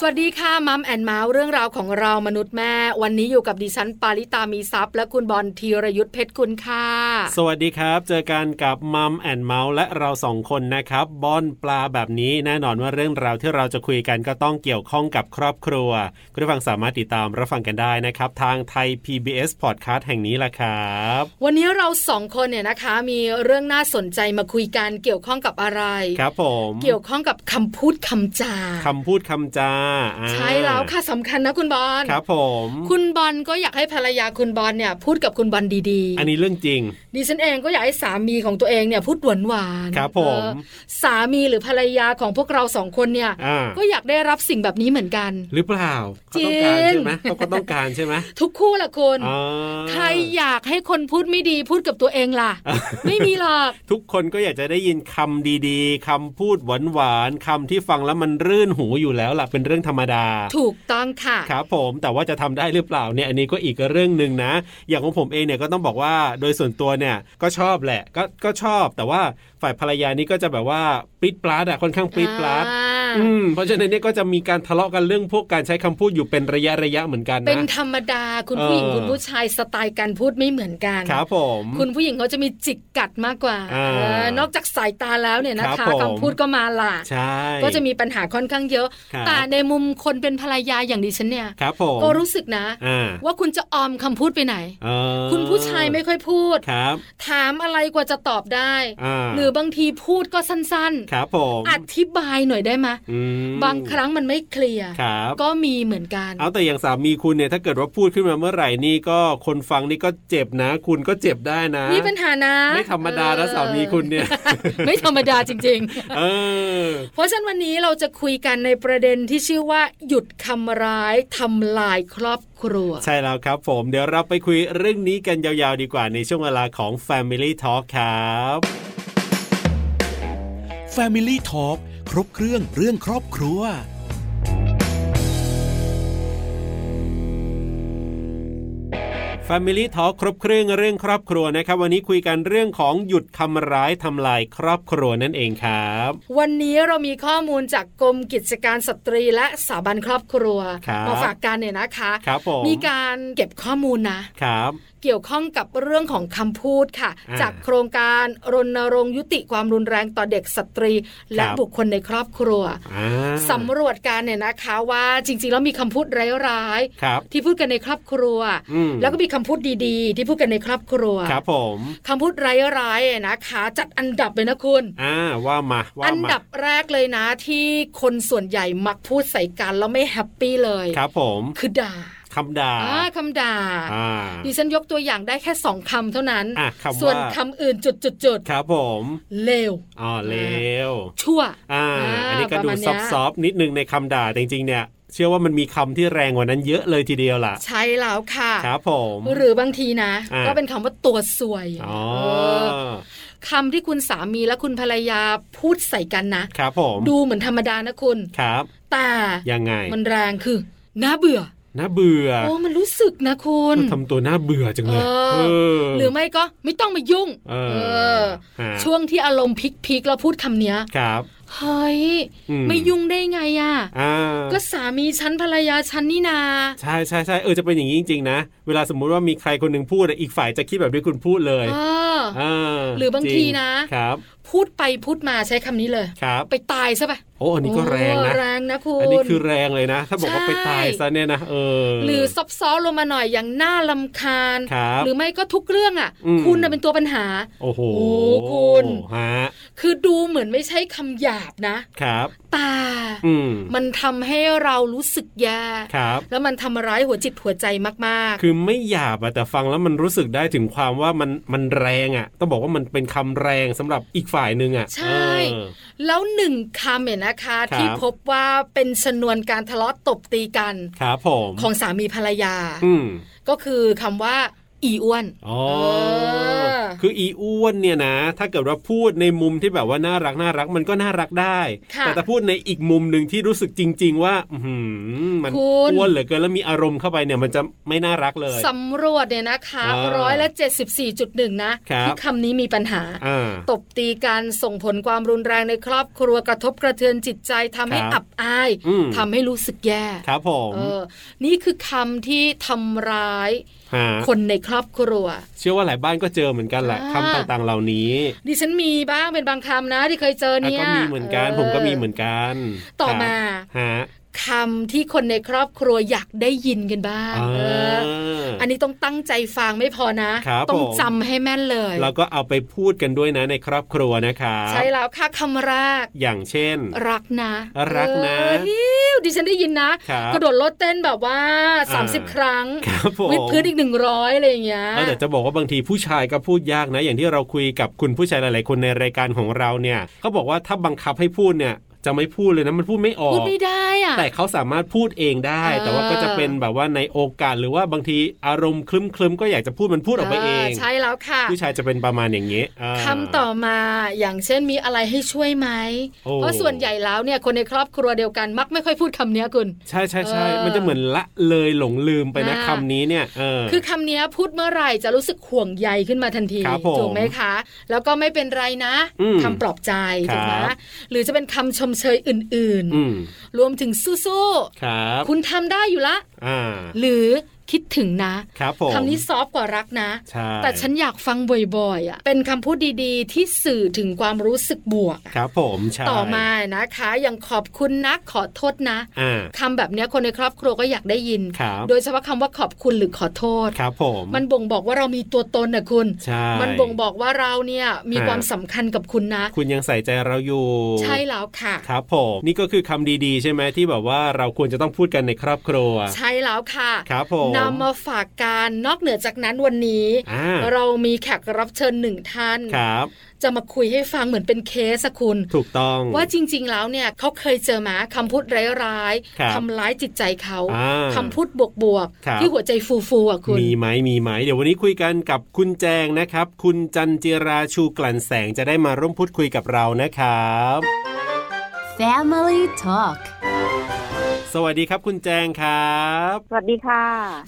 สวัสดีค่ะมัมแอนเมาส์เรื่องราวของเรามนุษย์แม่ วันนี้อยู่กับดิฉันปาริตามีซัพย์และคุณบอลธีรยุทธเพชรคุณค่ะ สวัสดีครับ เจอกันกับมัมแอนเมาส์และเราสองคนนะครับบอนปลาแบบนี้แน่นอนว่าเรื่องราวที่เราจะคุยกันก็ต้องเกี่ยวข้องกับครอบครัว คุณผู้ฟังสามารถติดตามรับฟังกันได้นะครับ ทางไทย PBS Podcast แห่งนี้ละครับ วันนี้เราสองคนเนี่ยนะคะ มีเรื่องน่าสนใจมาคุยกันเกี่ยวข้องกับอะไร ครับผม เกี่ยวข้องกับคำพูดคำจา คำพูดคำจาอ่า ใช่แล้วค่ะสำคัญนะคุณบอล ครับผม คุณบอลก็อยากให้ภรรยาคุณบอลเนี่ย พูดกับคุณบอลดีๆ อันนี้เรื่องจริง ดิฉันเองก็อยากให้สามีของตัวเองเนี่ยพูดหวานหวานๆ ครับผม เออสามีหรือภรรยาของพวกเราสองคนเนี่ย อ่า ก็อยากได้รับสิ่งแบบนี้เหมือนกัน หรือเปล่าเขาต้องการ จริ ใช่ ง ไหมเขาก็ต้องการใช่ไหม ทุกคู่ละคน อ่า ใครอยากให้คนพูดไม่ดีพูดกับตัวเองล่ะ ไม่มีหรอก ทุกคนก็อยากจะได้ยินคำดีๆคำพูดหวานๆคำที่ฟังแล้วมันรื่นหูอยู่แล้วล่ะเป็นเรื่องธรรมดา ถูกต้องค่ะ ครับผมแต่ว่าจะทำได้หรือเปล่าเนี่ยอันนี้ก็อีกเรื่องหนึ่งนะ อย่างของผมเองเนี่ยก็ต้องบอกว่าโดยส่วนตัวเนี่ยก็ชอบแหละก็ก็ชอบ แต่ว่าฝ่ายภรรยานี่ก็จะแบบว่าปิดปลาดอะค่อนข้างปิดปลาด อ่า อืมเพราะฉะนั้นเนี่ยก็จะมีการทะเลาะกันเรื่องพวกการใช้คำพูดอยู่เป็นระยะระยะเหมือนกันนะ เป็นธรรมดาคุณ เออ ผู้หญิงคุณผู้ชายสไตล์การพูดไม่เหมือนกัน ครับผม คุณผู้หญิงเขาจะมีจิกกัดมากกว่า อ่า เออนอกจากสายตาแล้วเนี่ยนะ ครั คะ บผม คำพูดก็มาล่ะ ใช่ ก็จะมีปัญหาค่อนข้างเยอะ ครับ แต่ในมุมคนเป็นภรรยาอย่างดิฉันเนี่ย ครับผม ก็รู้สึกนะ อ่า ว่าคุณจะออมคำพูดไปไหน เออ คุณผู้ชายไม่ค่อยพูด ครับ ถามอะไรกว่าจะตอบได้ อ่า หรือบางทีพูดก็สั้น ครับผม ๆ อธิบายหน่อยได้ไหม อืม บางครั้งมันไม่เคลียร์ ครับ ก็มีเหมือนกัน เอาแต่อย่างสามีคุณเนี่ยถ้าเกิดว่าพูดขึ้นมาเมื่อไหร่นี่ก็คนฟังนี่ก็เจ็บนะ คุณก็เจ็บได้นะ มีปัญหานะ ไม่ธรรมดานะ เออ สามีคุณเนี่ย ไม่ธรรมดาจริง เออ ๆ เพราะฉะนั้นวันนี้เราจะคุยกันในประเด็นที่ชื่อว่า หยุดคำร้ายทำลายครอบครัว ใช่แล้วครับผม เดี๋ยวเราไปคุยเรื่องนี้กันยาวๆดีกว่าในช่วงเวลาของ Family Talk ครับ Family Talk ครบเครื่องเรื่องครอบครัว Family Talk ครบเครื่องเรื่องครอบครัวนะครับ วันนี้คุยกันเรื่องของหยุดคำร้ายทำลายครอบครัวนั่นเองครับ วันนี้เรามีข้อมูลจากกรมกิจการสตรีและสถาบันครอบครัว ครับ มาฝากกันเนี่ยนะคะ ครับผม มีการเก็บข้อมูลนะ ครับ เกี่ยวข้องกับเรื่องของคำพูดค่ะ อ่า จากโครงการรณรงค์ยุติความรุนแรงต่อเด็กสตรี และ ครับ บุคคลในครอบครัว อ่า สำรวจการเนี่ยนะคะว่าจริงๆแล้วมีคำพูดร้าย ครับ ๆที่พูดกันในครอบครัว อืม แล้วก็มีคำพูดดีๆ ที่พูดกันในครอบครัว ครับผม คำพูดร้ายๆอะนะคะ จัดอันดับเลยนะคุณ อ่าว่ามาว่า อัน มา ดับแรกเลยนะที่คนส่วนใหญ่มักพูดใส่กันแล้วไม่แฮปปี้เลย ครับผม คือด่า คำด่า อ่าคำด่า อ่า ดิฉันยกตัวอย่างได้แค่สองคำเท่านั้น อ่ะคำว่า ส่วนคำอื่นจุดจุดจุดๆ ครับผม ๆเลว อ๋อเลว ชั่ว อ่า อ่า อันนี้ปก็ระ ดู มาณเนี้ ซ ย อฟต์ๆนิดนึงในคำด่าแต่จริงๆเนี่ย เชื่อว่ามันมีคำที่แรงกว่านั้นเยอะเลยทีเดียวล่ะ ใช่แล้วค่ะ ครับผม หรือบางทีนะ อ่ะ ก็เป็นคำว่าตัวสวย อ๋อ เออคำที่คุณสามีและคุณภรรยาพูดใส่กันนะ ครับผม ดูเหมือนธรรมดานะคุณ ครับ แต่ ยังไง มันแรงคือน่าเบื่อ น่าเบื่อ โอ้มันรู้สึกนะคุณ ทำตัวน่าเบื่อจังเลย เออ หรือไม่ก็ไม่ต้องมายุ่ง เออ อ ฮะ ช่วงที่อารมณ์พลิกๆเราพูดคำเนี้ย ครับ เฮ้ย อืม ไม่ยุ่งได้ไงอะ อ่า ก็สามีฉันภรรยาฉันนี่นา ใช่ใช่ใช่เออจะเป็นอย่างนี้จริงๆนะ เวลาสมมุติว่ามีใครคนหนึ่งพูดอะอีกฝ่ายจะคิดแบบที่คุณพูดเลย เออ อ่า หรือบาง จ ที ริ นะ ครับ พูดไปพูดมาใช้คำนี้เลย ครับ ไปตายซะไป โอ้อันนี้ก็แรงนะ โอ้แรงนะคุณ อันนี้คือแรงเลยนะ ถ้าบอกว่าไปตาย ใช่ ซะเนี่ยนะเออ หรือซับซ้อนลงมาหน่อยอย่างน่าลำคาญ ครับ หรือไม่ก็ทุกเรื่องอ่ะ อืม คุณน่ะเป็นตัวปัญหา โอ้โห โอ้คุณ ฮะ คือดูเหมือนไม่ใช่คำหยาบนะ ครับ แต่ อืม มันทำให้เรารู้สึกแย่ ครับ แล้วมันทำร้ายหัวจิตหัวใจมาก คือไม่หยาบอะแต่ฟังแล้วมันรู้สึกได้ถึงความว่ามันมันแรงอะต้องบอกว่ามันเป็นคำแรงสำหรับอีกฝ่ายหนึ่งอะ ใช่ เออ ๆ แล้วหนึ่งคำเนี่ยนะคะ ครับ ที่พบว่าเป็นชนวนการทะเลาะตบตีกัน ครับผม ของสามีภรรยา อืม ก็คือคำว่า อีอ้วน อ๋อ เออ คืออีอ้วนเนี่ยนะ ถ้าเกิดว่าพูดในมุมที่แบบว่าน่ารักน่ารักมันก็น่ารักได้ ค่ะ แต่ถ้าพูดในอีกมุมหนึ่งที่รู้สึกจริง ๆ ว่าอื้อหือมัน คุณ อ้วนเหลือเกินแล้วมีอารมณ์เข้าไปเนี่ยมันจะไม่น่ารักเลย สำรวจเนี่ยนะคะ อ่า ร้อยละ74.1 นะครับ ที่คำนี้มีปัญหา อ่า ตบตีการส่งผลความรุนแรงในครอบครัวกระทบกระเทือนจิตใจทำให้ คอัรับบอาย อืม ทำให้รู้สึกแย่ ครับผม เออนี่คือคำที่ทำร้าย ฮะ คนในครอบครัว เชื่อว่าหลายบ้านก็เจอเหมือนกันแหละ อ่า คำต่างๆเหล่านี้ ดิฉันมีบ้างเป็นบางคำนะที่เคยเจอ อ่ะ เนี่ย ก็มีเหมือนกันผมก็มีเหมือนกัน ต่อ ครับ มา ฮะ คำที่คนในครอบครัวอยากได้ยินกันบ้างเอออัน น นี้ต้องตั้งใจฟังไม่พอนะ ครับ ต้อง ผม จำให้แม่นเลย เราก็เอาไปพูดกันด้วยนะในครอบครัวนะครับ ใช่แล้วค่ะคำแรก อย่างเช่น รักนะ รักนะ เออฮิ้วดิฉันได้ยินนะ ครับ กระโดดรถเต้นแบบว่า อ่า 30 ครั้ง ครับผม วิดพื้นอีกหนึ่งร้อยอะไรอย่างเงี้ย เออแต่จะบอกว่าบางทีผู้ชายก็พูดยากนะ อย่างที่เราคุยกับคุณผู้ชายหลาย ๆ คนในรายการของเราเนี่ยเขาบอกว่าถ้าบังคับให้พูดเนี่ย จะไม่พูดเลยนะมันพูดไม่ออ พูด ก ไม่ได้อ่ะ แต่เขาสามารถพูดเองได้ เออ แต่ว่าก็จะเป็นแบบว่าในโอกาสหรือว่าบางทีอารมณ์คลึ้มๆก็อยากจะพูดมันพูดออกไปเอง ใช่แล้วค่ะ ผู้ชายจะเป็นประมาณอย่างนี้า คำต่อมาอย่างเช่นมีอะไรให้ช่วยไหม โอ้ เพราะส่วนใหญ่แล้วเนี่ยคนในครอบครัวเดียวกันมักไม่ค่อยพูดคำเนี้ยคุณ ใช่ใช่ใช่ เออ มันจะเหมือนละเลยหลงลืมไปนะ อ่า คำนี้เนี่ยเออ คือคำเนี้ยพูดเมื่อไหร่จะรู้สึกห่วงใยขึ้นมาทันที ครับผม ถูกไหมคะ แล้วก็ไม่เป็นไรนะ อืม คำปลอบใจถูกไหม ครับ หรือจะเป็นคำชมเชยอื่นๆ อืม รวมถึงสู้ ครับ ๆ คุณทำได้อยู่ละ อ่า หรือคิดถึงนะครับ ผม คำนี้ซอฟต์กว่ารักนะ ใช่ แต่ฉันอยากฟังบ่อยๆอ่ะเป็นคำพูดดีๆ ที่สื่อถึงความรู้สึกบวกอะ ครับผมใช่ ต่อมานะคะ อย่างขอบคุณนะขอโทษนะ อ่า คำแบบเนี้ยคนในครอบครัวก็อยากได้ยิน ครับ โดยเฉพาะคำว่าขอบคุณหรือขอโทษ ครับผม มันบ่งบอกว่าเรามีตัวตนนะคุณ ใช่ มันบ่งบอกว่าเราเนี่ยมี ฮะ ความสำคัญกับคุณนะ คุณยังใส่ใจเราอยู่ ใช่แล้วค่ะ ครับผมนี่ก็คือคำดีๆ ใช่ไหมที่แบบว่าเราควรจะต้องพูดกันในครอบครัว ใช่แล้วค่ะ ครับผม นำมาฝากการนอกเหนือจากนั้นวันนี้ อ่า เรามีแขกรับเชิญหนึ่งท่าน ครับ จะมาคุยให้ฟังเหมือนเป็นเคสอะคุณ ถูกต้อง ว่าจริง ๆ แล้วเนี่ยเขาเคยเจอหมาคำพูดร้าย ครับ ๆทำร้ายจิตใจเขา อ่า คำพูดบวก ครัๆบที่หัวใจฟูๆอะคุณ มีไหมมีไหมเดี๋ยววันนี้คุยกันกับคุณแจงนะครับ คุณจันจิราชูกลั่นแสงจะได้มาร่วมพูดคุยกับเรานะครับ Family Talk สวัสดีครับคุณแจงครับ สวัสดีค่ะ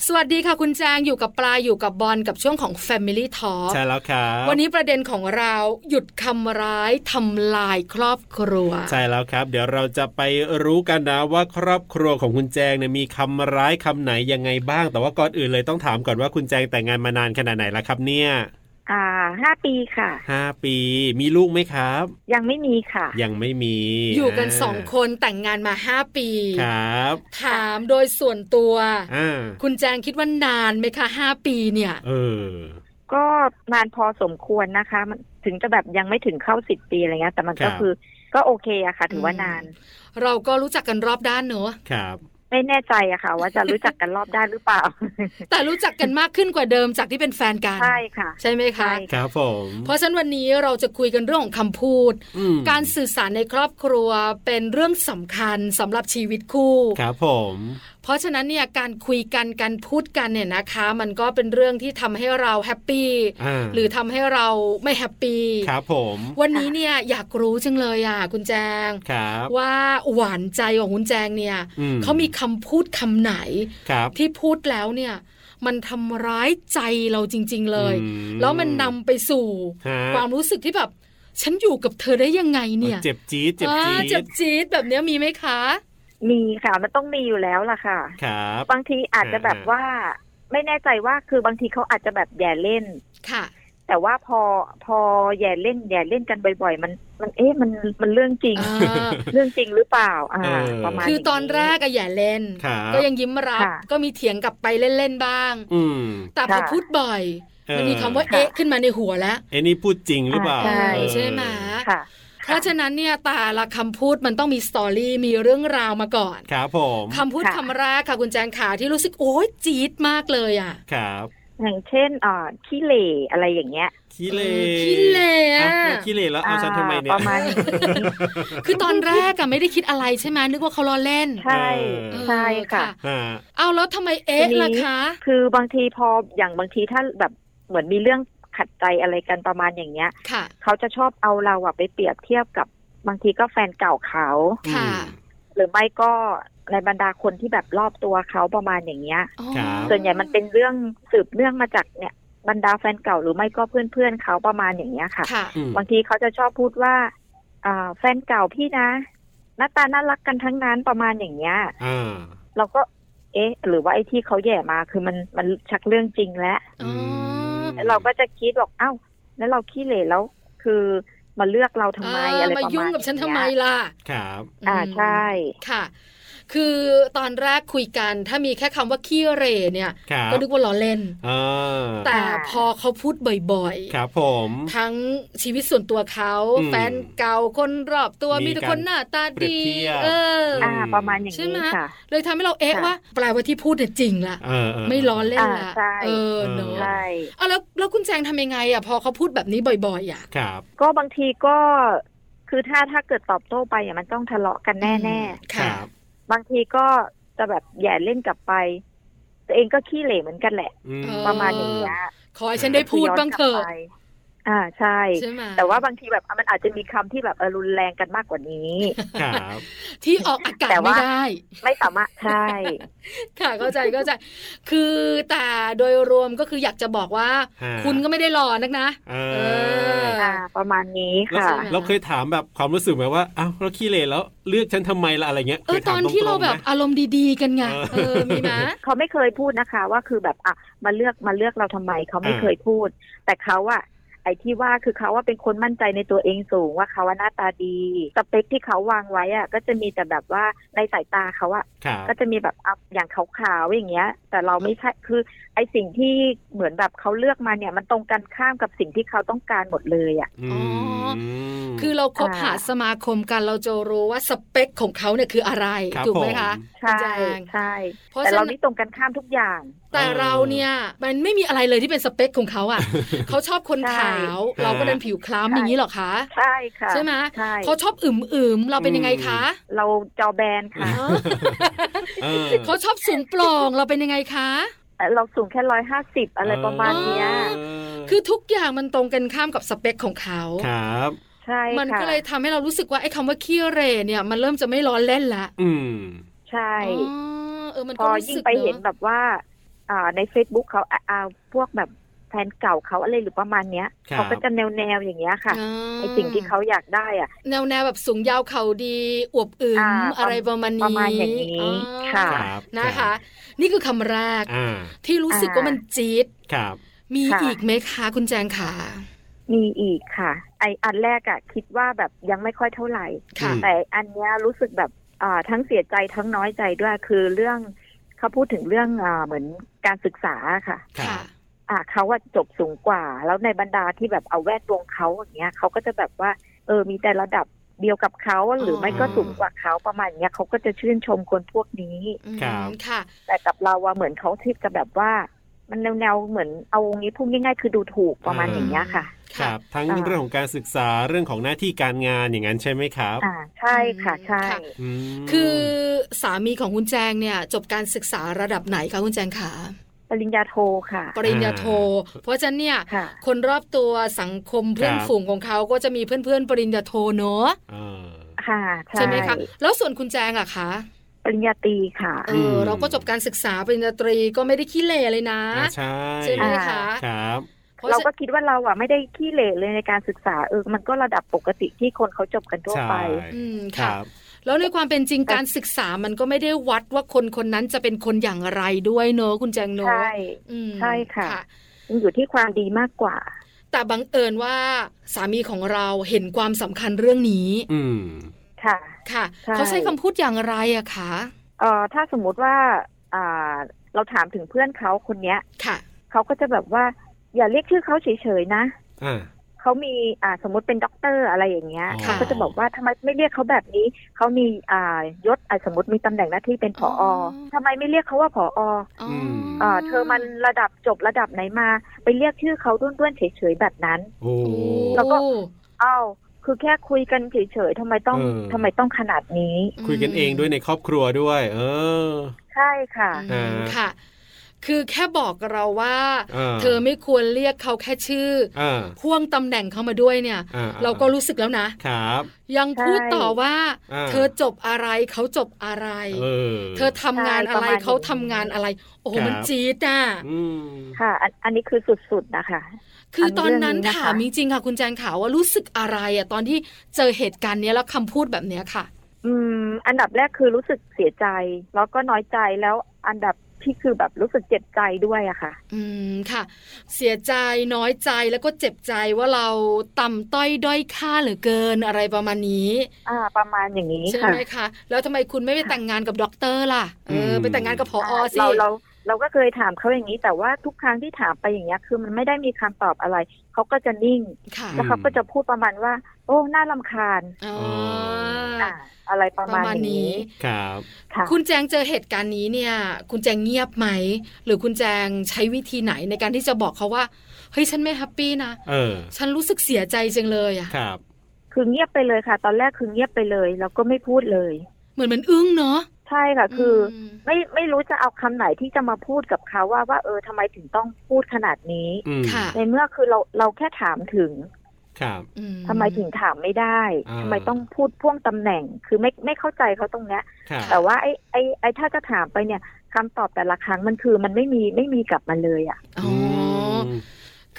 สวัสดีค่ะคุณแจงอยู่กับปลาอยู่กับบอลกับช่วงของ Family Talk ใช่แล้วครับ วันนี้ประเด็นของเราหยุดคำร้ายทำลายครอบครัว ใช่แล้วครับ เดี๋ยวเราจะไปรู้กันนะว่าครอบครัวของคุณแจงเนี่ยมีคำร้ายคำไหนยังไงบ้าง แต่ว่าก่อนอื่นเลยต้องถามก่อนว่าคุณแจงแต่งงานมานานขนาดไหนแล้วครับเนี่ย อ่าห้าปีค่ะ ห้าปีมีลูกไหมครับ ยังไม่มีค่ะ ยังไม่มี อยู่กันสอง า คนแต่งงานมาห้าปี ครับ ถามโดยส่วนตัว อ่า คุณแจงคิดว่านานไหมคะห้าปีเนี่ย เออ ก็นานพอสมควรนะคะมันถึงจะแบบยังไม่ถึงเข้าสิบปีอะไรเงี้ย แต่มันคก็รับ คือ ก็โอเคอะค่ะ ถือว่า อืม นาน เราก็รู้จักกันรอบด้านเนอะ ครับ ไม่แน่ใจอะค่ะ ว่าจะรู้จักกันรอบได้านหรือเปล่า แต่รู้จักกันมากขึ้นกว่าเดิมจากที่เป็นแฟนกัน ใช่ค่ะ ใช่ไหมคะ ใช่ ครับผม เพราะฉะนั้นวันนี้เราจะคุยกันเรื่องของคำพูด อืม การสื่อสารในครอบครัวเป็นเรื่องสำคัญสำหรับชีวิตคู่ ครับผม เพราะฉะนั้นเนี่ยการคุยกันการพูดกันเนี่ยนะคะ มันก็เป็นเรื่องที่ทำให้เราแฮปปี้ อ่า หรือทำให้เราไม่แฮปปี้ ครับผม วันนี้เนี่ยอยากรู้จังเลยอ่ะคุณแจง ครับ ว่าหวานใจของคุณแจงเนี่ย อื เขามีคำพูดคำไหน ครับ ที่พูดแล้วเนี่ย มันทำร้ายใจเราจริง ๆเลย อื แล้วมันนำไปสู่ ฮะ ความรู้สึกที่แบบ ฉันอยู่กับเธอได้ยังไงเนี่ย เจ็บจี๊ดเจ็บ อ่า จี๊ เจ็ ด บจี๊ดแบบเนี้ยมีไหมคะ มีค่ะ มันต้องมีอยู่แล้วล่ะค่ะ ครับ บางทีอาจจะแบบ อ่า ว่า ไม่แน่ใจว่าคือบางทีเขาอาจจะแบบแย่เล่น ค่ะ แต่ว่าพอพอแย่เล่นแย่เล่นกันบ่อยๆ มัน มันเอ๊ะมันมันเรื่องจริง อ่า เรื่องจริงหรือเปล่า อ่า เออ ประมาณ คือตอนแร นี้ กอะอย่าเล่น ครับ ก็ยังยิ้มรับ ค่ะ ก็มีเถียงกลับไปเล่น ๆ บ้าง อืม แต่พอ ค่ะ พูดบ่อย เออ มันมีคำว่า ค่ะ เอ๊ะขึ้นมาในหัวแล้ว เอ้นี่พูดจริงหรือเปล่า ใช่ เอ เอ อ อ ใช่ไหม ค่ะ เพราะฉะนั้นเนี่ยแต่ละคำพูดมันต้องมีสตอรี่มีเรื่องราวมาก่อน ครับผม คำพูด ค่ะ คำแรกค่ะคุณแจงขาที่รู้สึกโอ๊ยจี๊ดมากเลยอ่ะ ครับ อย่างเช่นอ่าขี้เหร่อะไรอย่างเงี้ย ขี้เล ขี้เหล่ อ่ะ อะ แล้วขี้เหร่แล้วเอาฉันทำไมเนี่ยประ มาณนี้ คือตอนแรกอะไม่ได้คิดอะไรใช่ไหมนึกว่าเขาล้อเล่น ใช่ใช่ค่ะ เออ อ่า เอาแล้วทำไมเอ๊ะล่ะคะ คือบางทีพออย่างบางทีถ้าแบบเหมือนมีเรื่อง ขัดใจอะไรกันประมาณอย่างเงี้ย ค่ะ เขาจะชอบเอาเราอะไปเปรียบเทียบกับบางทีก็แฟนเก่าเขา ค่ะ หรือไม่ก็ในบรรดาคนที่แบบรอบตัวเขาประมาณอย่างเงี้ย อ๋อ ครับ ส่วนใหญ่มันเป็นเรื่องสืบเนื่องมาจากเนี่ยบรรดาแฟนเก่าหรือไม่ก็เพื่อนๆเขาประมาณอย่างเงี้ยค่ะ ค่ะ อืม บางทีเขาจะชอบพูดว่าอ่าแฟนเก่าพี่นะ หน้าตาน่ารักกันทั้งนั้นประมาณอย่างเงี้ย อ่า เราก็ เอ๊ะ หรือว่าไอ้ที่เขาแย่มาคือมันมันชักเรื่องจริงแล้ว อ๋อ ม เราก็จะคิดบอกเอ้าแล้วเราขี้เหร่แล้ว คือมาเลือกเราทำไม อ่า อะไรประมาณ มายุ่งกับฉันทำไม อย่างเงี้ย ล่ะ ครับ อ่าใช่ ค่ะ คือตอนแรกคุยกันถ้ามีแค่คำว่าขี้เหรเนี่ย ครับ ก็นึกว่าล้อเล่น อ่า แต่พอเขาพูดบ่อยๆ ครับผม ทั้งชีวิตส่วนตัวเขา อืม แฟนเก่าคนรอบตัว มี มีแต่คนหน้าตา เปรียบ ดี เทียบ เอออ อ่า ประมาณอย่าง ใช่ไหม นี้ค่ะ เลยทำให้เราเอ๊ะ ค่ะ ว่า แปลว่าที่พูดเนี่ยจริงละ เออเออ ไม่ล้อเล่นละ อ่าใช่ เออเนอะ ใช่ ใช่ เอาแล้วแล้วคุณแจงทำยังไงอ่ะพอเขาพูดแบบนี้บ่อยๆอ่ะ ครับ ก็บางทีก็ คือถ้าถ้าเกิดตอบโต้ไปอ่ะมันต้องทะเลาะกันแน่ๆ ค ค่ะ รับ บางทีก็จะแบบแย่เล่นกลับไป ตัวเองก็ขี้เหร่เหมือนกันแหละ อืม เออ ประมาณอย่างเงี้ย ขอให้ฉันได้พูดบ้างเถอะ ย้นกลัไปอ่าใช่ ใช่ไหม แต่ว่าบางทีแบบมันอาจจะมีคำที่แบบเออรุนแรงกันมากกว่า นี้ ครับ ที่ออกอากาศ แต่ ไม่ ว่า ได้ ไม่สามารถใช่ ค่ะเข้าใจเข้าใจ คือแต่โดยรวมก็คืออยากจะบอกว่า ฮะ คุณก็ไม่ได้หล่อนักนะ เอ เอ อ อ อ่า ประมาณนี้ แล้ว ค่ะ ใช่ไหม เราเคยถามแบบความรู้สึกไหมว่าอ้าวเราขี้เลแล้วเลือกฉันทำไมล่ะอะไรเงี้ย เออ คย ต ถา อ ม น ตรงๆ ที่เราแบบ ไหม อารมณ์ดีๆกันไง เอ เอ อ อมีนะ เขาไม่เคยพูดนะคะ ว่าคือแบบอ่ะมาเลือกมาเลือกเราทำไมเขาไม่ อ่า เคยพูด แต่เขาอะไอ้ที่ว่าคือเขาว่าเป็นคนมั่นใจในตัวเองสูงว่าเขาว่าหน้าตาดีสเปคที่เขาวางไว้อะก็จะมีแต่แบบว่าในสายตาเขาอะ ครับ ก็จะมีแบบอัพอย่างขาวๆอย่างเงี้ย แต่เราไม่ใช่คือ ไอสิ่งที่เหมือนแบบเขาเลือกมาเนี่ย มันตรงกันข้ามกับสิ่งที่เขาต้องการหมดเลยอะ่ะ อืม คือเราคบหาสมาคมกันเราจะรู้ว่าสเปคของเขาเนี่ยคืออะไร ครับ ถูกไหมคะ ใช่ คุณแจง ใช่ เพราะ แต่ ฉะ เรา นั้น นี่ตรงกันข้ามทุกอย่าง แต่ เออ เราเนี่ยมันไม่มีอะไรเลยที่เป็นสเปคของเขา อ่ะ เขาชอบคนขาว ใช่ เราก็เดินผิวคล้ำ ใช่ อย่างนี้เหรอคะ ใช่ค่ะ ใช่ไหม ใช่ เขาชอบอึมๆเราเป็นยังไงคะ เราจอแบนค่ะ เออ เออ เขาชอบสูงโปร่งเราเป็นยังไงคะ เอ่อเราสูงแค่ร้อยห้าสิบอะไรประมาณเนี้ย เออ คือทุกอย่างมันตรงกันข้ามกับสเปคของเขา ครับ ใช่ มัน ค่ะ ก็เลยทำให้เรารู้สึกว่าไอ้คำว่าขี้เหรเนี่ยมันเริ่มจะไม่ล้อเล่นละ อืม ใช่ อ๋อเออมัน พ ก็ อ รู้ ยิ่ง สึก ไปเห็น อะ แบบว่า อ่าใน Facebook เขาอ่าอ่าพวกแบบแฟนเก่าเขาอะไรหรือประมาณเนี้ย ครับ เขาก็จะแนวแนวๆอย่างเงี้ยค่ะ า ไอสิ่งที่เขาอยากได้อ่ะ แนวแนวแบบสูงยาวเข่าดี อวบอึม อ่า อะไรประมาณนี้ ประมาณอย่างนี้ อ๋อ ค่ะ ครับ นะคะ รับ นี่คือคำแรก อ่า ที่รู้สึกว่ามันจี๊ด ครับ มี ค่ะ อีกไหมคะคุณแจงขา มีอีกค่ะ ไออันแรกอะคิดว่าแบบยังไม่ค่อยเท่าไหร่ ค่ะ อืม แต่อันเนี้ยรู้สึกแบบอ่าทั้งเสียใจทั้งน้อยใจด้วยคือเรื่องเขาพูดถึงเรื่องอาเหมือนการศึกษาค่ะ ครั ค่ะ บ อ่าเขาว่าจบสูงกว่า แล้วในบรรดาที่แบบเอาแวดวงเขาอย่างเงี้ยเขาก็จะแบบว่าเออมีแต่ระดับเดียวกับเขาหรือไม่ก็สูงกว่าเขาประมาณเนี้ยเขาก็จะชื่นชมคนพวกนี้ อืม ครับ ค่ะ แต่กับเราอะเหมือนเขาที่จะแบบว่า มันแนวๆเหมือนเอางนี้พูดง่ายๆ คือดูถูกประมาณอย่างเงี้ยค่ะ ครับ ทั้ง อ่า เรื่องของการศึกษาเรื่องของหน้าที่การงานอย่างนั้นใช่ไหมครับ อ่าใช่ค่ะใช่ ค่ะ อืม คือสามีของคุณแจงเนี่ย จบการศึกษาระดับไหนคะคุณแจงขา ปริญญาโทค่ะ ปริญญาโท เพราะฉะนั้นเนี่ย ค่ะ คนรอบตัวสังคมเพื่อนฝูงของเขาก็จะมีเพื่อนๆปริญญาโทเนอะ เออ ค่ะ ใช่ไหมคะแล้วส่วนคุณแจงล่ะคะ ปริญญาตรีค่ะ เอ ม อเราก็จบการศึกษาปริญญาตรีก็ไม่ได้ขี้เหร่เลยนะ อ่าใช่ ใช่ไหม อ่า คะ ครับ พะ เรา ฉะ ก็คิดว่าเราอ่ะไม่ได้ขี้เหร่เลยในการศึกษาเออมันก็ระดับปกติที่คนเขาจบกันทั่ว ใช่ ไป อืม ค ค่ะ รับ แล้วในความเป็นจริงการศึกษามันก็ไม่ได้วัดว่าคนคนนั้นจะเป็นคนอย่างไรด้วยเนอะคุณแจงเนอะ ใช่ อืม ใช่ค่ะ มันอยู่ที่ความดีมากกว่า แต่บังเอิญว่าสามีของเราเห็นความสำคัญเรื่องนี้ อืม ค่ะ ค่ะ ใช่ เขาใช้คำพูดอย่างไรอะคะ เออถ้าสมมุติว่าอ่าเราถามถึงเพื่อนเขาคนเนี้ย ค่ะ เขาก็จะแบบว่า อย่าเรียกชื่อเขาเฉยๆนะ อ่า เขามีอ่าสมมติเป็นด็อกเตอร์อะไรอย่างเงี้ย อ๋อ เขาก็จะบอกว่าทำไมไม่เรียกเขาแบบนี้เขามีอ่ายศอ่าสมมติมีตำแหน่งหน้าที่เป็นผอ อ๋อ ทำไมไม่เรียกเขาว่าผอ อ๋อ เอ่อเธอมันระดับจบระดับไหนมา ไปเรียกชื่อเขาด้วนๆเฉยๆแบบนั้น โอ้ โอ้ แล้วก็ อ้าวคือแค่คุยกันเฉยๆทำไมต้อง เออ ทำไมต้องขนาดนี้ คุยกันเองด้วยในครอบครัวด้วย เออ ใช่ค่ะ อืมค่ะ คือแค่บอกเราว่า เออ เธอไม่ควรเรียกเขาแค่ชื่ออ อ่า พ่วงตำแหน่งเข้ามาด้วยเนี่ย อ่า เราก็รู้สึกแล้วนะ ครับ ยังพูดต่อว่า อ่า เธอจบอะไรเขาจบอะไร เออ เธอทำงานอะไร ใช่ประมาณนี้ เขาทำงานอะไร โอ้โห ครับ มันจี๊ดอ่ะ อืม ค่ะอันอันนี้คือสุดๆนะคะ คือตอนนั้น อันนี้เรื่องนี้นะคะ ถามจริงๆค่ะคุณแจงขาวว่ารู้สึกอะไรอ่ะตอนที่เจอเหตุการณ์เนี้ยแล้วคำพูดแบบเนี้ยค่ะ อืม อันดับแรกคือรู้สึกเสียใจ แล้วก็น้อยใจแล้วอันดับที่คือแบบรู้สึกเจ็บใจด้วยอะค่ะ อืมค่ะ เสียใจน้อยใจแล้วก็เจ็บใจว่าเราต่ำต้อยด้อยค่าเหลือเกินอะไรประมาณนี้ อ่า ประมาณอย่างนี้ ใช่ ค่ะ ไหมคะแล้วทำไมคุณไม่ไปแต่งงานกับด็อกเตอร์ล่ะเออ ม ไปแต่งงานกับพอ อ่า สิ เราเราเราก็เคยถามเขาอย่างนี้ แต่ว่าทุกครั้งที่ถามไปอย่างเงี้ยคือมันไม่ได้มีคำตอบอะไรเขาก็จะนิ่ง ค่ะ แล้วเขาก็จะพูดประมาณว่า โอ้น่าลำคาญ อ๋อ อ่าอะไรปประ ระ มาณ มาณ นี้ นี้ ครับ ค่ะ คุณแจงเจอเหตุการณ์นี้เนี่ย คุณแจงเงียบไหม หรือคุณแจงใช้วิธีไหนในการที่จะบอกเขาว่าเฮ้ยฉันไม่แฮปปี้นะ เออ ฉันรู้สึกเสียใจจังเลยอ่ะ ครับ คือเงียบไปเลยค่ะ ตอนแรกคือเงียบไปเลยแล้วก็ไม่พูดเลย เหมือนมันอึ้งเนาะ ใช่ค่ะ คืออ ม ไม่ไม่รู้จะเอาคำไหนที่จะมาพูดกับเขาว่าว่าเออทำไมถึงต้องพูดขนาดนี้ อืม ค่ะ ในเมื่อคือเราเราแค่ถามถึง ครับ อื ทำไมถึงถามไม่ได้ อ่า ทำไมต้องพูดพ่วงตำแหน่ง คือไม่ไม่เข้าใจเขาตรงเนี้ย ครับ แต่ว่าไอ้ไอ้ไอ้ถ้าจะถามไปเนี่ยคำตอบแต่ละครั้งมันคือมันไม่มีไม่มีกลับมาเลยอ่ะ อ๋ออ ม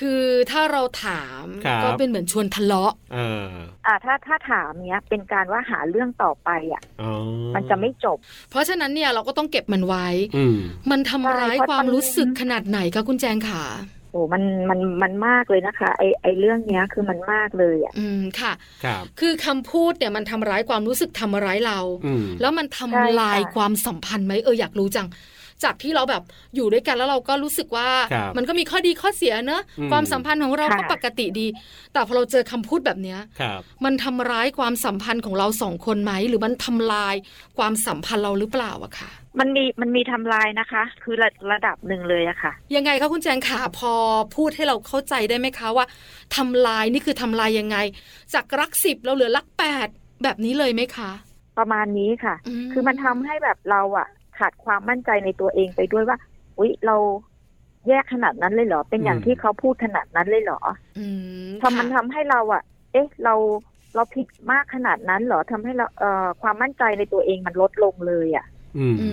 คือถ้าเราถาม ครับ ก็เป็นเหมือนชวนทะเลาะ เออ อ่าถ้าถ้าถามเนี้ยเป็นการว่าหาเรื่องต่อไปอ่ะ อ๋อ มันจะไม่จบ เพราะฉะนั้นเนี่ยเราก็ต้องเก็บมันไว้ อืม มันทำร้าย ใช่เพราะ ความ ตอน รู้สึก นั้น ขนาดไหนคะคุณแจงขา โอ้มันมันมันมากเลยนะคะ ไอไอเรื่องเนี้ยคือมันมากเลยอ่ะ อืมค่ะ ครับ คือคำพูดเนี่ยมันทำร้ายความรู้สึกทำร้ายเรา อืม แล้วมันทำ ใช่ค่ะ ลายความสัมพันธ์ไหมเอออยากรู้จัง จากที่เราแบบอยู่ด้วยกันแล้วเราก็รู้สึกว่า ครับ มันก็มีข้อดีข้อเสียเนอะ อืม ความสัมพันธ์ของเราก็ ค่ะ ปกติดี แต่พอเราเจอคำพูดแบบเนี้ย ครับ มันทำร้ายความสัมพันธ์ของเราสองคนไหมหรือมันทำลายความสัมพันธ์เราหรือเปล่าอะค่ะ มันมีมันมีทำลายนะคะ คือระระดับหนึ่งเลยอะค่ะ ยังไงคะคุณแจงขาพอพูดให้เราเข้าใจได้ไหมคะว่าทำลายนี่คือทำลายยังไง จากรักสิบเราเหลือรักแปดแบบนี้เลยไหมคะ ประมาณนี้ค่ะ คือมันทำให้แบบเราอะขาดความมั่นใจในตัวเองไปด้วยว่าอุ๊ยเราแยกขนาดนั้นเลยเหรอ เป็นอย่าง อืม ที่เขาพูดขนาดนั้นเลยเหรอ อืม ทำมันทำให้เราอะเอ๊ะ เราเราผิดมากขนาดนั้นเหรอทำให้เราเอ่อความมั่นใจในตัวเองมันลดลงเลยอะ อืม อื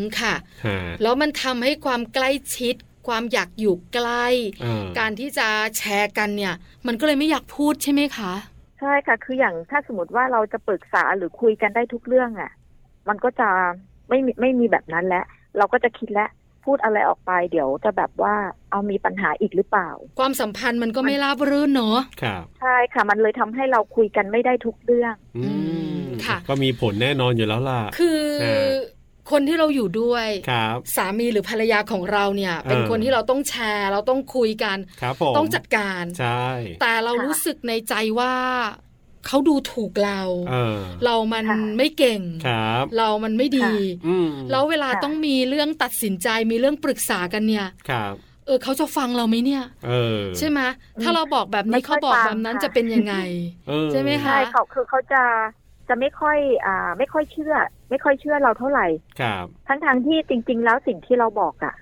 มค่ะ ฮะ แล้วมันทำให้ความใกล้ชิด ความอยากอยู่ใกล้ เออ การที่จะแชร์กันเนี่ย มันก็เลยไม่อยากพูดใช่ไหมคะ ใช่ค่ะ คืออย่างถ้าสมมติว่าเราจะปรึกษาหรือคุยกันได้ทุกเรื่องอะมันก็จะไม่มีไม่มีแบบนั้นแล้วเราก็จะคิดแล้วพูดอะไรออกไป เดี๋ยวจะแบบว่าเอามีปัญหาอีกหรือเปล่า ความสัมพันธ์มันก็ไม่ราบรื่นเนอะ ครับ ใช่ค่ะ มันเลยทำให้เราคุยกันไม่ได้ทุกเรื่อง อืม ค่ะ ก็มีผลแน่นอนอยู่แล้วล่ะ คือ เออ คนที่เราอยู่ด้วย ครับ สามีหรือภรรยาของเราเนี่ย เป็น เออ คนที่เราต้องแชร์ เราต้องคุยกัน ครับผม ต้องจัดการ ใช่ แต่เรา ค่ะ รู้สึกในใจว่าเขาดูถูกเรา เออ เรามัน ค่ะ ไม่เก่ง ครับ เรามันไม่ดี อืม แล้วเวลา ค่ะ ต้องมีเรื่องตัดสินใจมีเรื่องปรึกษากันเนี่ย ครับ เออเขาจะฟังเราไหมเนี่ย เออ ใช่ไหมถ้าเราบอกแบบ ไม่ นี้ ค่ เขา อย บอก ฟัง แบบนั้น ค่ะ จะเป็นยังไง เออ ใช่ไหมคะ ใช่เขาคือเขาจะจะไม่ค่อยอ่าไม่ค่อยเชื่อ ไม่ค่อยเชื่อเราเท่าไหร่ ครับ ทั้งทางๆที่จริง ๆ แล้วสิ่งที่เราบอกอะ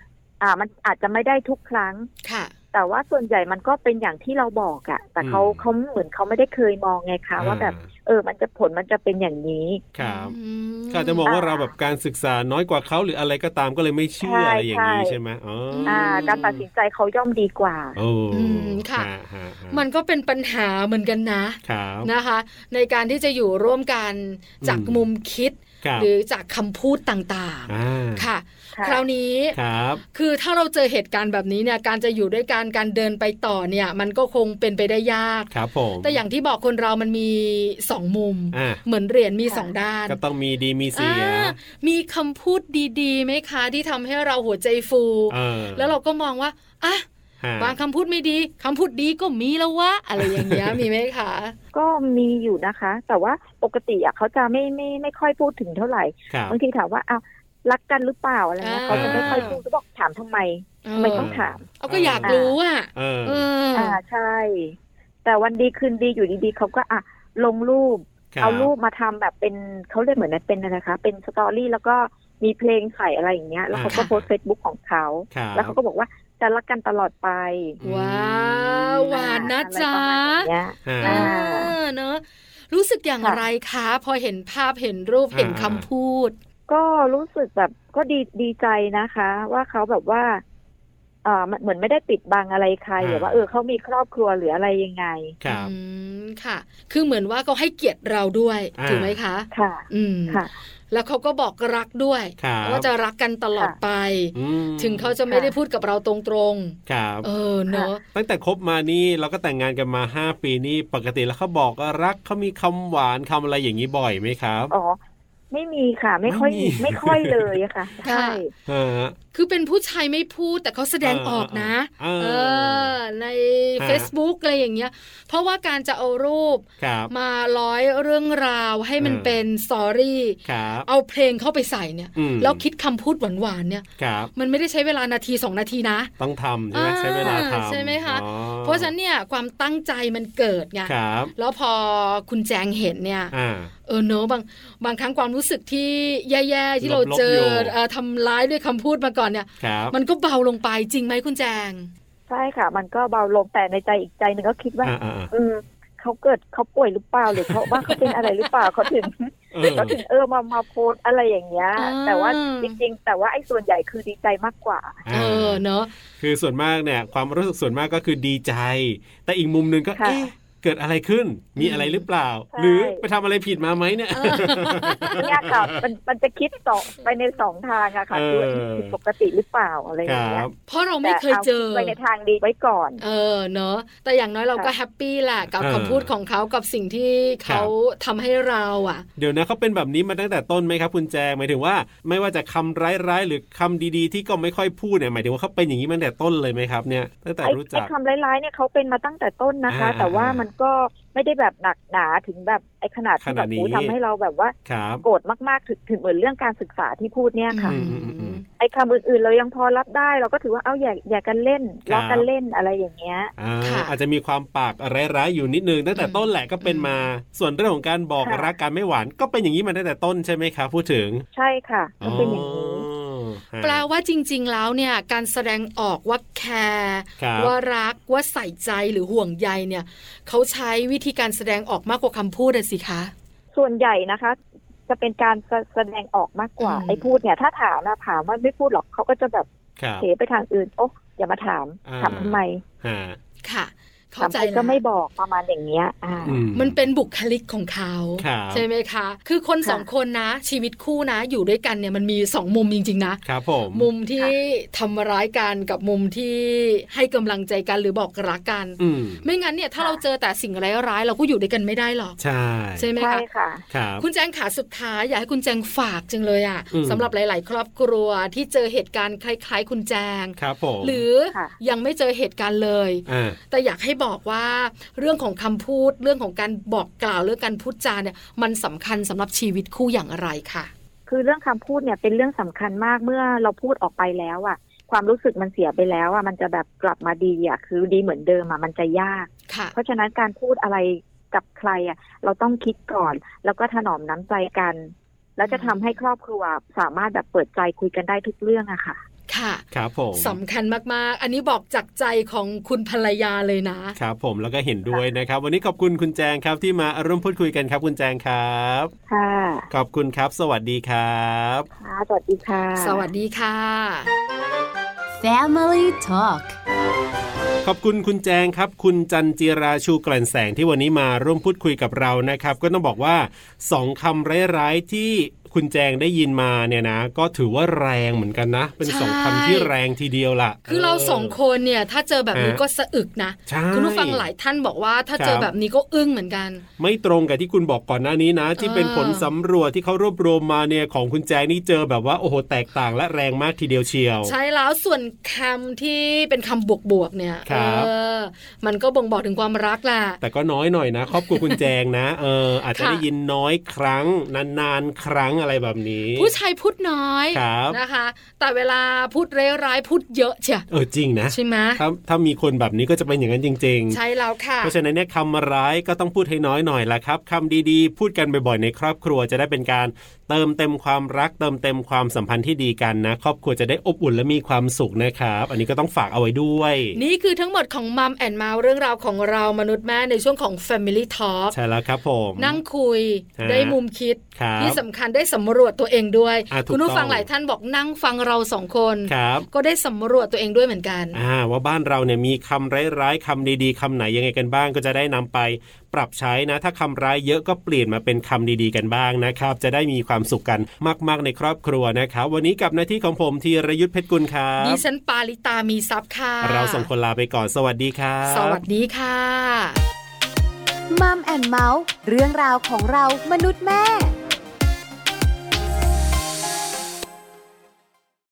อ่า มันอาจจะไม่ได้ทุกครั้ง ค่ะ แต่ว่าส่วนใหญ่มันก็เป็นอย่างที่เราบอกอะแต่เขา อืม เขาเหมือนเขาไม่ได้เคยมองไงคะว่าแบบ เออ มันจะผลมันจะเป็นอย่างนี้ ครับ อืม ก็อาจจะมองว่าเราแบบการศึกษาน้อยกว่าเขาหรืออะไรก็ตามก็เลยไม่เชื่อ ใช่ อะไรอย่างนี้ ใช่ ใช่ไหมอ๋อ อ่า การตัดสินใจเขาย่อมดีกว่า โอ้ อืมค่ะ ฮฮะฮะ มันก็เป็นปัญหาเหมือนกันนะ ครับ นะคะ ในการที่จะอยู่ร่วมกันจาก อืม มุมคิด ครับ หรือจากคำพูดต่าง อ่า ๆ ค่ะ ค่ะ คราวนี้ ครับ คือถ้าเราเจอเหตุการณ์แบบนี้เนี่ย การจะอยู่ด้วยกันการเดินไปต่อเนี่ย มันก็คงเป็นไปได้ยาก ครับผม แต่อย่างที่บอกคนเรามันมีสองมุม อ่า เหมือนเหรียญมี ค่ะ สองด้าน ก็ต้องมีดีมีเสีย อ่ามีคำพูดดีๆไหมคะ ที่ทำให้เราหัวใจฟู เออ แล้วเราก็มองว่าอ่ะ ฮะ บางคำพูดไม่ดีคำพูดดีก็มีแล้ววะอะไรอย่าง เงี้ย มีไหมคะ ก็มีอยู่นะคะ แต่ว่าปกติอะเขาจะไม่ไม่ไม่ค่อยพูดถึงเท่าไหร่ ครับ บางทีถามว่าอ้าวรักกันหรือเปล่าอะไรเงี้ย อ่า เขาจะไม่ค่อยพูดก็บอกถามทำไม ทำไมต้องถาม เอาก็อยากรู้อ่ะ เออ เอออ อ่าใช่ แต่วันดีคืนดีอยู่ดีๆเขาก็อ่ะลงรูป คบ เอารูปมาทำแบบเป็นเขาเรียกเหมือนเป็นอะไรนะคะ เป็นสตอรี่แล้วก็ มีเพลงใส่อะไรอย่างเงี้ย แล้วเขาก็ อ่า โพสเฟซบุ๊กของเขา ครับ แล้วเขาก็บอกว่าจะรักกันตลอดไป อืม ว้าวหวานนะ อไร จ๊ะ ปรมาณอย่างเงี้ย ฮะ อ่า เออเนอะรู้สึกอย่างไรคะพอเห็นภาพเห็นรูป อ่า เห็นคำพูด ก็รู้สึกแบบก็ดีดีใจนะคะ ว่าเขาแบบว่าเอ่อมันเหมือนไม่ได้ปิดบังอะไรใคร อ่า หรือว่าเออเขามีครอบครัวหรืออะไรยังไง ครับ อืมค่ะ คือเหมือนว่าเขาให้เกียรติเราด้วย อ่า ถูกไหมคะ ค่ะ อืม ค่ะ แล้วเขาก็บอกรักด้วย ครับ ว่าจะรักกันตลอดไป อืม ถึงเขาจะไม่ได้พูดกับเราตรง ครับ ๆ เออเนอะ ตั้งแต่คบมานี่เราก็แต่งงานกันมา 5 ปีนี่ปกติแล้วเขาบอกว่ารักเขามีคำหวานคำอะไรอย่างนี้บ่อยไหมครับ อ๋อ ไม่มีค่ะ ไม่ค่อย ไม่มี ไม่ค่อยเลยอะค่ะ ใช่ ฮะ คือเป็นผู้ชายไม่พูดแต่เขาแสดงออกนะ เออ เอ เออ อ ใน ฮะ Facebook อะไรอย่างเงี้ย เพราะว่าการจะเอารูป ครับ มาร้อยเรื่องราวให้มัน เออ เป็นสอรี่ ครับ เอาเพลงเข้าไปใส่เนี่ย อืม แล้วคิดคำพูดหวานๆเนี่ย ครับ มันไม่ได้ใช้เวลานาทีสองนาทีนะ ต้องทำใช่อ่าไหมใช้เวลาทำ ใช่ไหมคะ อ๋อ เพราะฉะนั้นเนี่ยความตั้งใจมันเกิดไง ครับ แล้วพอคุณแจงเห็นเนี่ย อ่า เออเนอะบางบางครั้งความรู้สึกที่แย่ๆที่เรา ลบๆ เจออยู่ เอ่อทำร้ายด้วยคำพูดมาก่อนเนี่ย ครับ มันก็เบาลงไปจริงไหมคุณแจง ใช่ค่ะ มันก็เบาลงแต่ในใจอีกใจหนึ่งก็คิดว่า อ่าอ่าอ่า อืมเขาเกิดเขาป่วยหรือเปล่าหรือเขาว่าเขาเป็นอะไรหรือเปล่าเขาถึง เออ เขาถึงเออมามาโพสอะไรอย่างเงี้ย อ่า แต่ว่าจริง ๆ แต่ว่าไอ้ส่วนใหญ่คือดีใจมากกว่า เออเนอะ คือส่วนมากเนี่ยความรู้สึกส่วนมากก็คือดีใจ แต่อีกมุมหนึ่งก็ ค่ะ เอ๊ะเกิดอะไรขึ้น มีอะไรหรือเปล่า ใช่ หรือไปทำอะไรผิดมาไหมเนี่ย เนี่ยค่ะมันมันจะคิดสองไปในสองทางอะค่ะ เออ คือผิดปกติหรือเปล่าอะไรอ ค ย่าง รั เงี้ย บ เพราะเราไม่เคยเจอ แต่าไปในทางดีไว้ก่อน เออเนอะแต่อย่างน้อยเราก็ ค่ะ แฮปปี้แหละกับ เออ คำพูดของเขากับสิ่งที่ ครับ เขาทำให้เราอ่ะ เดี๋ยวนะเขาเป็นแบบนี้มาตั้งแต่ต้นไหมครับคุณแจงหมายถึงว่าไม่ว่าจะคำร้ายๆหรือคำดีๆ ที่ก็ไม่ค่อยพูดเนี่ยหมายถึงว่าเขาเป็นอย่างนี้มาตั้งแต่ต้นเลยไหมครับเนี่ยตั้งแต่ ไอ้ รู้ ไอ้ จัก คำร้ายๆเนี่ยเขาเป็นมาตั้งแต่ต้นนะคะ อ่า แต่ว่ามันก็ไม่ได้แบบหนักหนาถึงแบบไอ้ขนาดที่ ข แบ นาด บ นี้ โอ้ทำให้เราแบบว่า ครับ โกรธมากๆถึงถึงเหมือนเรื่องการศึกษาที่พูดเนี่ยค่ะ อืมอืมอืม ไอ้คำอื่นๆ เรายังพอรับได้ เราก็ถือว่าเอาอย่าอย่ากันเล่น ครั ล้อบ กันเล่นอะไรอย่างเงี้ย อ่า ค่ะ อาจจะมีความปากร้ายๆอยู่นิดนึงตั้งแต่ อืม ต้นแหละก็เป็น อืม มา ส่วนเรื่องของการบอก ค่ะ รักการไม่หวานก็เป็นอย่างนี้มาตั้งแต่ต้นใช่ไหมครับพูดถึง ใช่ค่ะมันเป็นอย่างนี้ อ๋อ แปลว่าจริง ๆ แล้วเนี่ย การแสดงออกว่าแคร์ ครับ ว่ารักว่าใส่ใจหรือห่วงใยเนี่ยเขาใช้วิธีการแสดงออกมากกว่าคำพูดอะสิคะ ส่วนใหญ่นะคะ จะเป็นการแสแสดงออกมากกว่า อืม ไอ้พูดเนี่ย ถ้าถามนะถามว่าไม่พูดหรอกเขาก็จะแบบ ครับ เทไปทางอื่น โอ๊ะอย่ามาถาม อ่า ถามทำไม ฮะ ค่ะ เข้า ถาม ใจ ไป ละ ก็ไม่บอกประมาณอย่างเงี้ย อ่า อื มันเป็นบุคลิกของเขา ครับ ใช่ไหมคะ คือคน ค่ะ สองคนนะ ชีวิตคู่นะ อยู่ด้วยกันเนี่ยมันมีสองมุมจริง ๆ นะ ครับผม มุมที่ทำร้ายกันกับมุมที่ให้กำลังใจกันหรือบอกรักกัน อืม ไม่งั้นเนี่ยถ้า ค่ะ เราเจอแต่สิ่งร้ายๆเราก็อยู่ด้วยกันไม่ได้หรอก ใช่ ใช่ไหม ใช่ คะ ค่ะ ครับ คุณแจงขาสุดท้ายอยากให้คุณแจงฝากจังเลยอะ่ะ อืม สำหรับหลาย ๆ ครอบครัวที่เจอเหตุการณ์คล้าย ๆ คุณแจง ครับผม หรือ ค่ะ ยังไม่เจอเหตุการณ์เลย อ่า แต่อยากให้บอกว่าเรื่องของคำพูดเรื่องของการบอกกล่าวเรื่องการพูดจาเนี่ยมันสำคัญสำหรับชีวิตคู่อย่างไรค่ะ คือเรื่องคำพูดเนี่ยเป็นเรื่องสำคัญมากเมื่อเราพูดออกไปแล้วอะความรู้สึกมันเสียไปแล้วอะมันจะแบบกลับมาดีอะคือดีเหมือนเดิมอะมันจะยาก ค่ะ เพราะฉะนั้นการพูดอะไรกับใครอ่ะ เราต้องคิดก่อน แล้วก็ถนอมน้ำใจกัน แล้วจะทำให้ครอบครัวสามารถแบบเปิดใจคุยกันได้ทุกเรื่องอะค่ะ ค่ะ ครับผม สำคัญมาก ๆ อันนี้บอกจากใจของคุณภรรยาเลยนะ ครับผมแล้วก็เห็นด้วยนะครับ วันนี้ขอบคุณคุณแจงครับที่มาร่วมพูดคุยกันครับ คุณแจงครับ ค่ะ ขอบคุณครับ สวัสดีครับ ค่ะสวัสดีค่ะ สวัสดีค่ะ Family Talk ขอบคุณคุณแจงครับ คุณจันจิราชูกลั่นแสงที่วันนี้มาร่วมพูดคุยกับเรานะครับ ก็ต้องบอกว่าสองคำร้ายๆที่คุณแจงได้ยินมาเนี่ยนะ ก็ถือว่าแรงเหมือนกันนะ เป็นสอง ใช่ คำที่แรงทีเดียวล่ะ คือเราสองคนเนี่ยถ้าเจอแบบนี้ก็สะอึกนะ ใช่ คุณผู้ฟังหลายท่านบอกว่าถ้า ครับ เจอแบบนี้ก็อึ้งเหมือนกัน ไม่ตรงกับที่คุณบอกก่อนหน้านี้นะ ที่ อ่า เป็นผลสำรวจที่เขารวบรวมมาเนี่ยของคุณแจงนี่เจอแบบว่าโอ้โหแตกต่างและแรงมากทีเดียวเชียว ใช่แล้วส่วนคำที่เป็นคำบวกบวกๆเนี่ยเอครับ อมันก็บ่งบอกถึงความรักแหละ แต่ก็น้อยหน่อยนะ ครอบครัวคุณแจงนะเอออาจจะ ค่ะ ได้ยินน้อยครั้ง นานๆ ครั้ง อะไรแบบนี้ ผู้ชายพูดน้อย ครับ นะคะ แต่เวลาพูดเร้ร้ายพูดเยอะเชีย เออจริงนะ ใช่ไหม ถ้าถ้ามีคนแบบนี้ก็จะเป็นอย่างนั้นจริง ๆ ใช่แล้วค่ะ เพราะฉะนั้นเนี่ยคำร้ายก็ต้องพูดให้น้อยหน่อยละครับคำดีๆ พูดกันบ่อยๆในครอบครัวจะได้เป็นการเติมเต็มความรัก เติมเต็มความสัมพันธ์ที่ดีกันนะ ครอบครัวจะได้อบอุ่นและมีความสุขนะครับ อันนี้ก็ต้องฝากเอาไว้ด้วย นี่คือทั้งหมดของมัมแอนเมาส์เรื่องราวของเรามนุษย์แม่ในช่วงของ Family Talk ใช่แล้วครับผม นั่งคุย ฮะ ได้มุมคิด ครับ ที่สำคัญได้สำรวจตัวเองด้วย อ่ะถูก คุณผู้ฟัง ต้อง หลายท่านบอกนั่งฟังเราสองคน ครับ ก็ได้สำรวจตัวเองด้วยเหมือนกัน อ่าว่าบ้านเราเนี่ยมีคำร้ายๆคำดีๆคำไหนยังไงกันบ้าง ก็จะได้นำไปปรับใช้นะ ถ้าคำร้ายเยอะก็เปลี่ยนมาเป็นคำดีๆกันบ้างนะครับ จะได้มีความสุขกันมาก ๆในครอบครัวนะครับ วันนี้กับหน้าที่ของผมธีรยุทธเพชรกุลครับ ดิฉันปาริตามีซับค่ะ เราส่งคนลาไปก่อนสวัสดีครับ สวัสดีค่ะ มัมแอนเมาส์เรื่องราวของเรามนุษย์แม่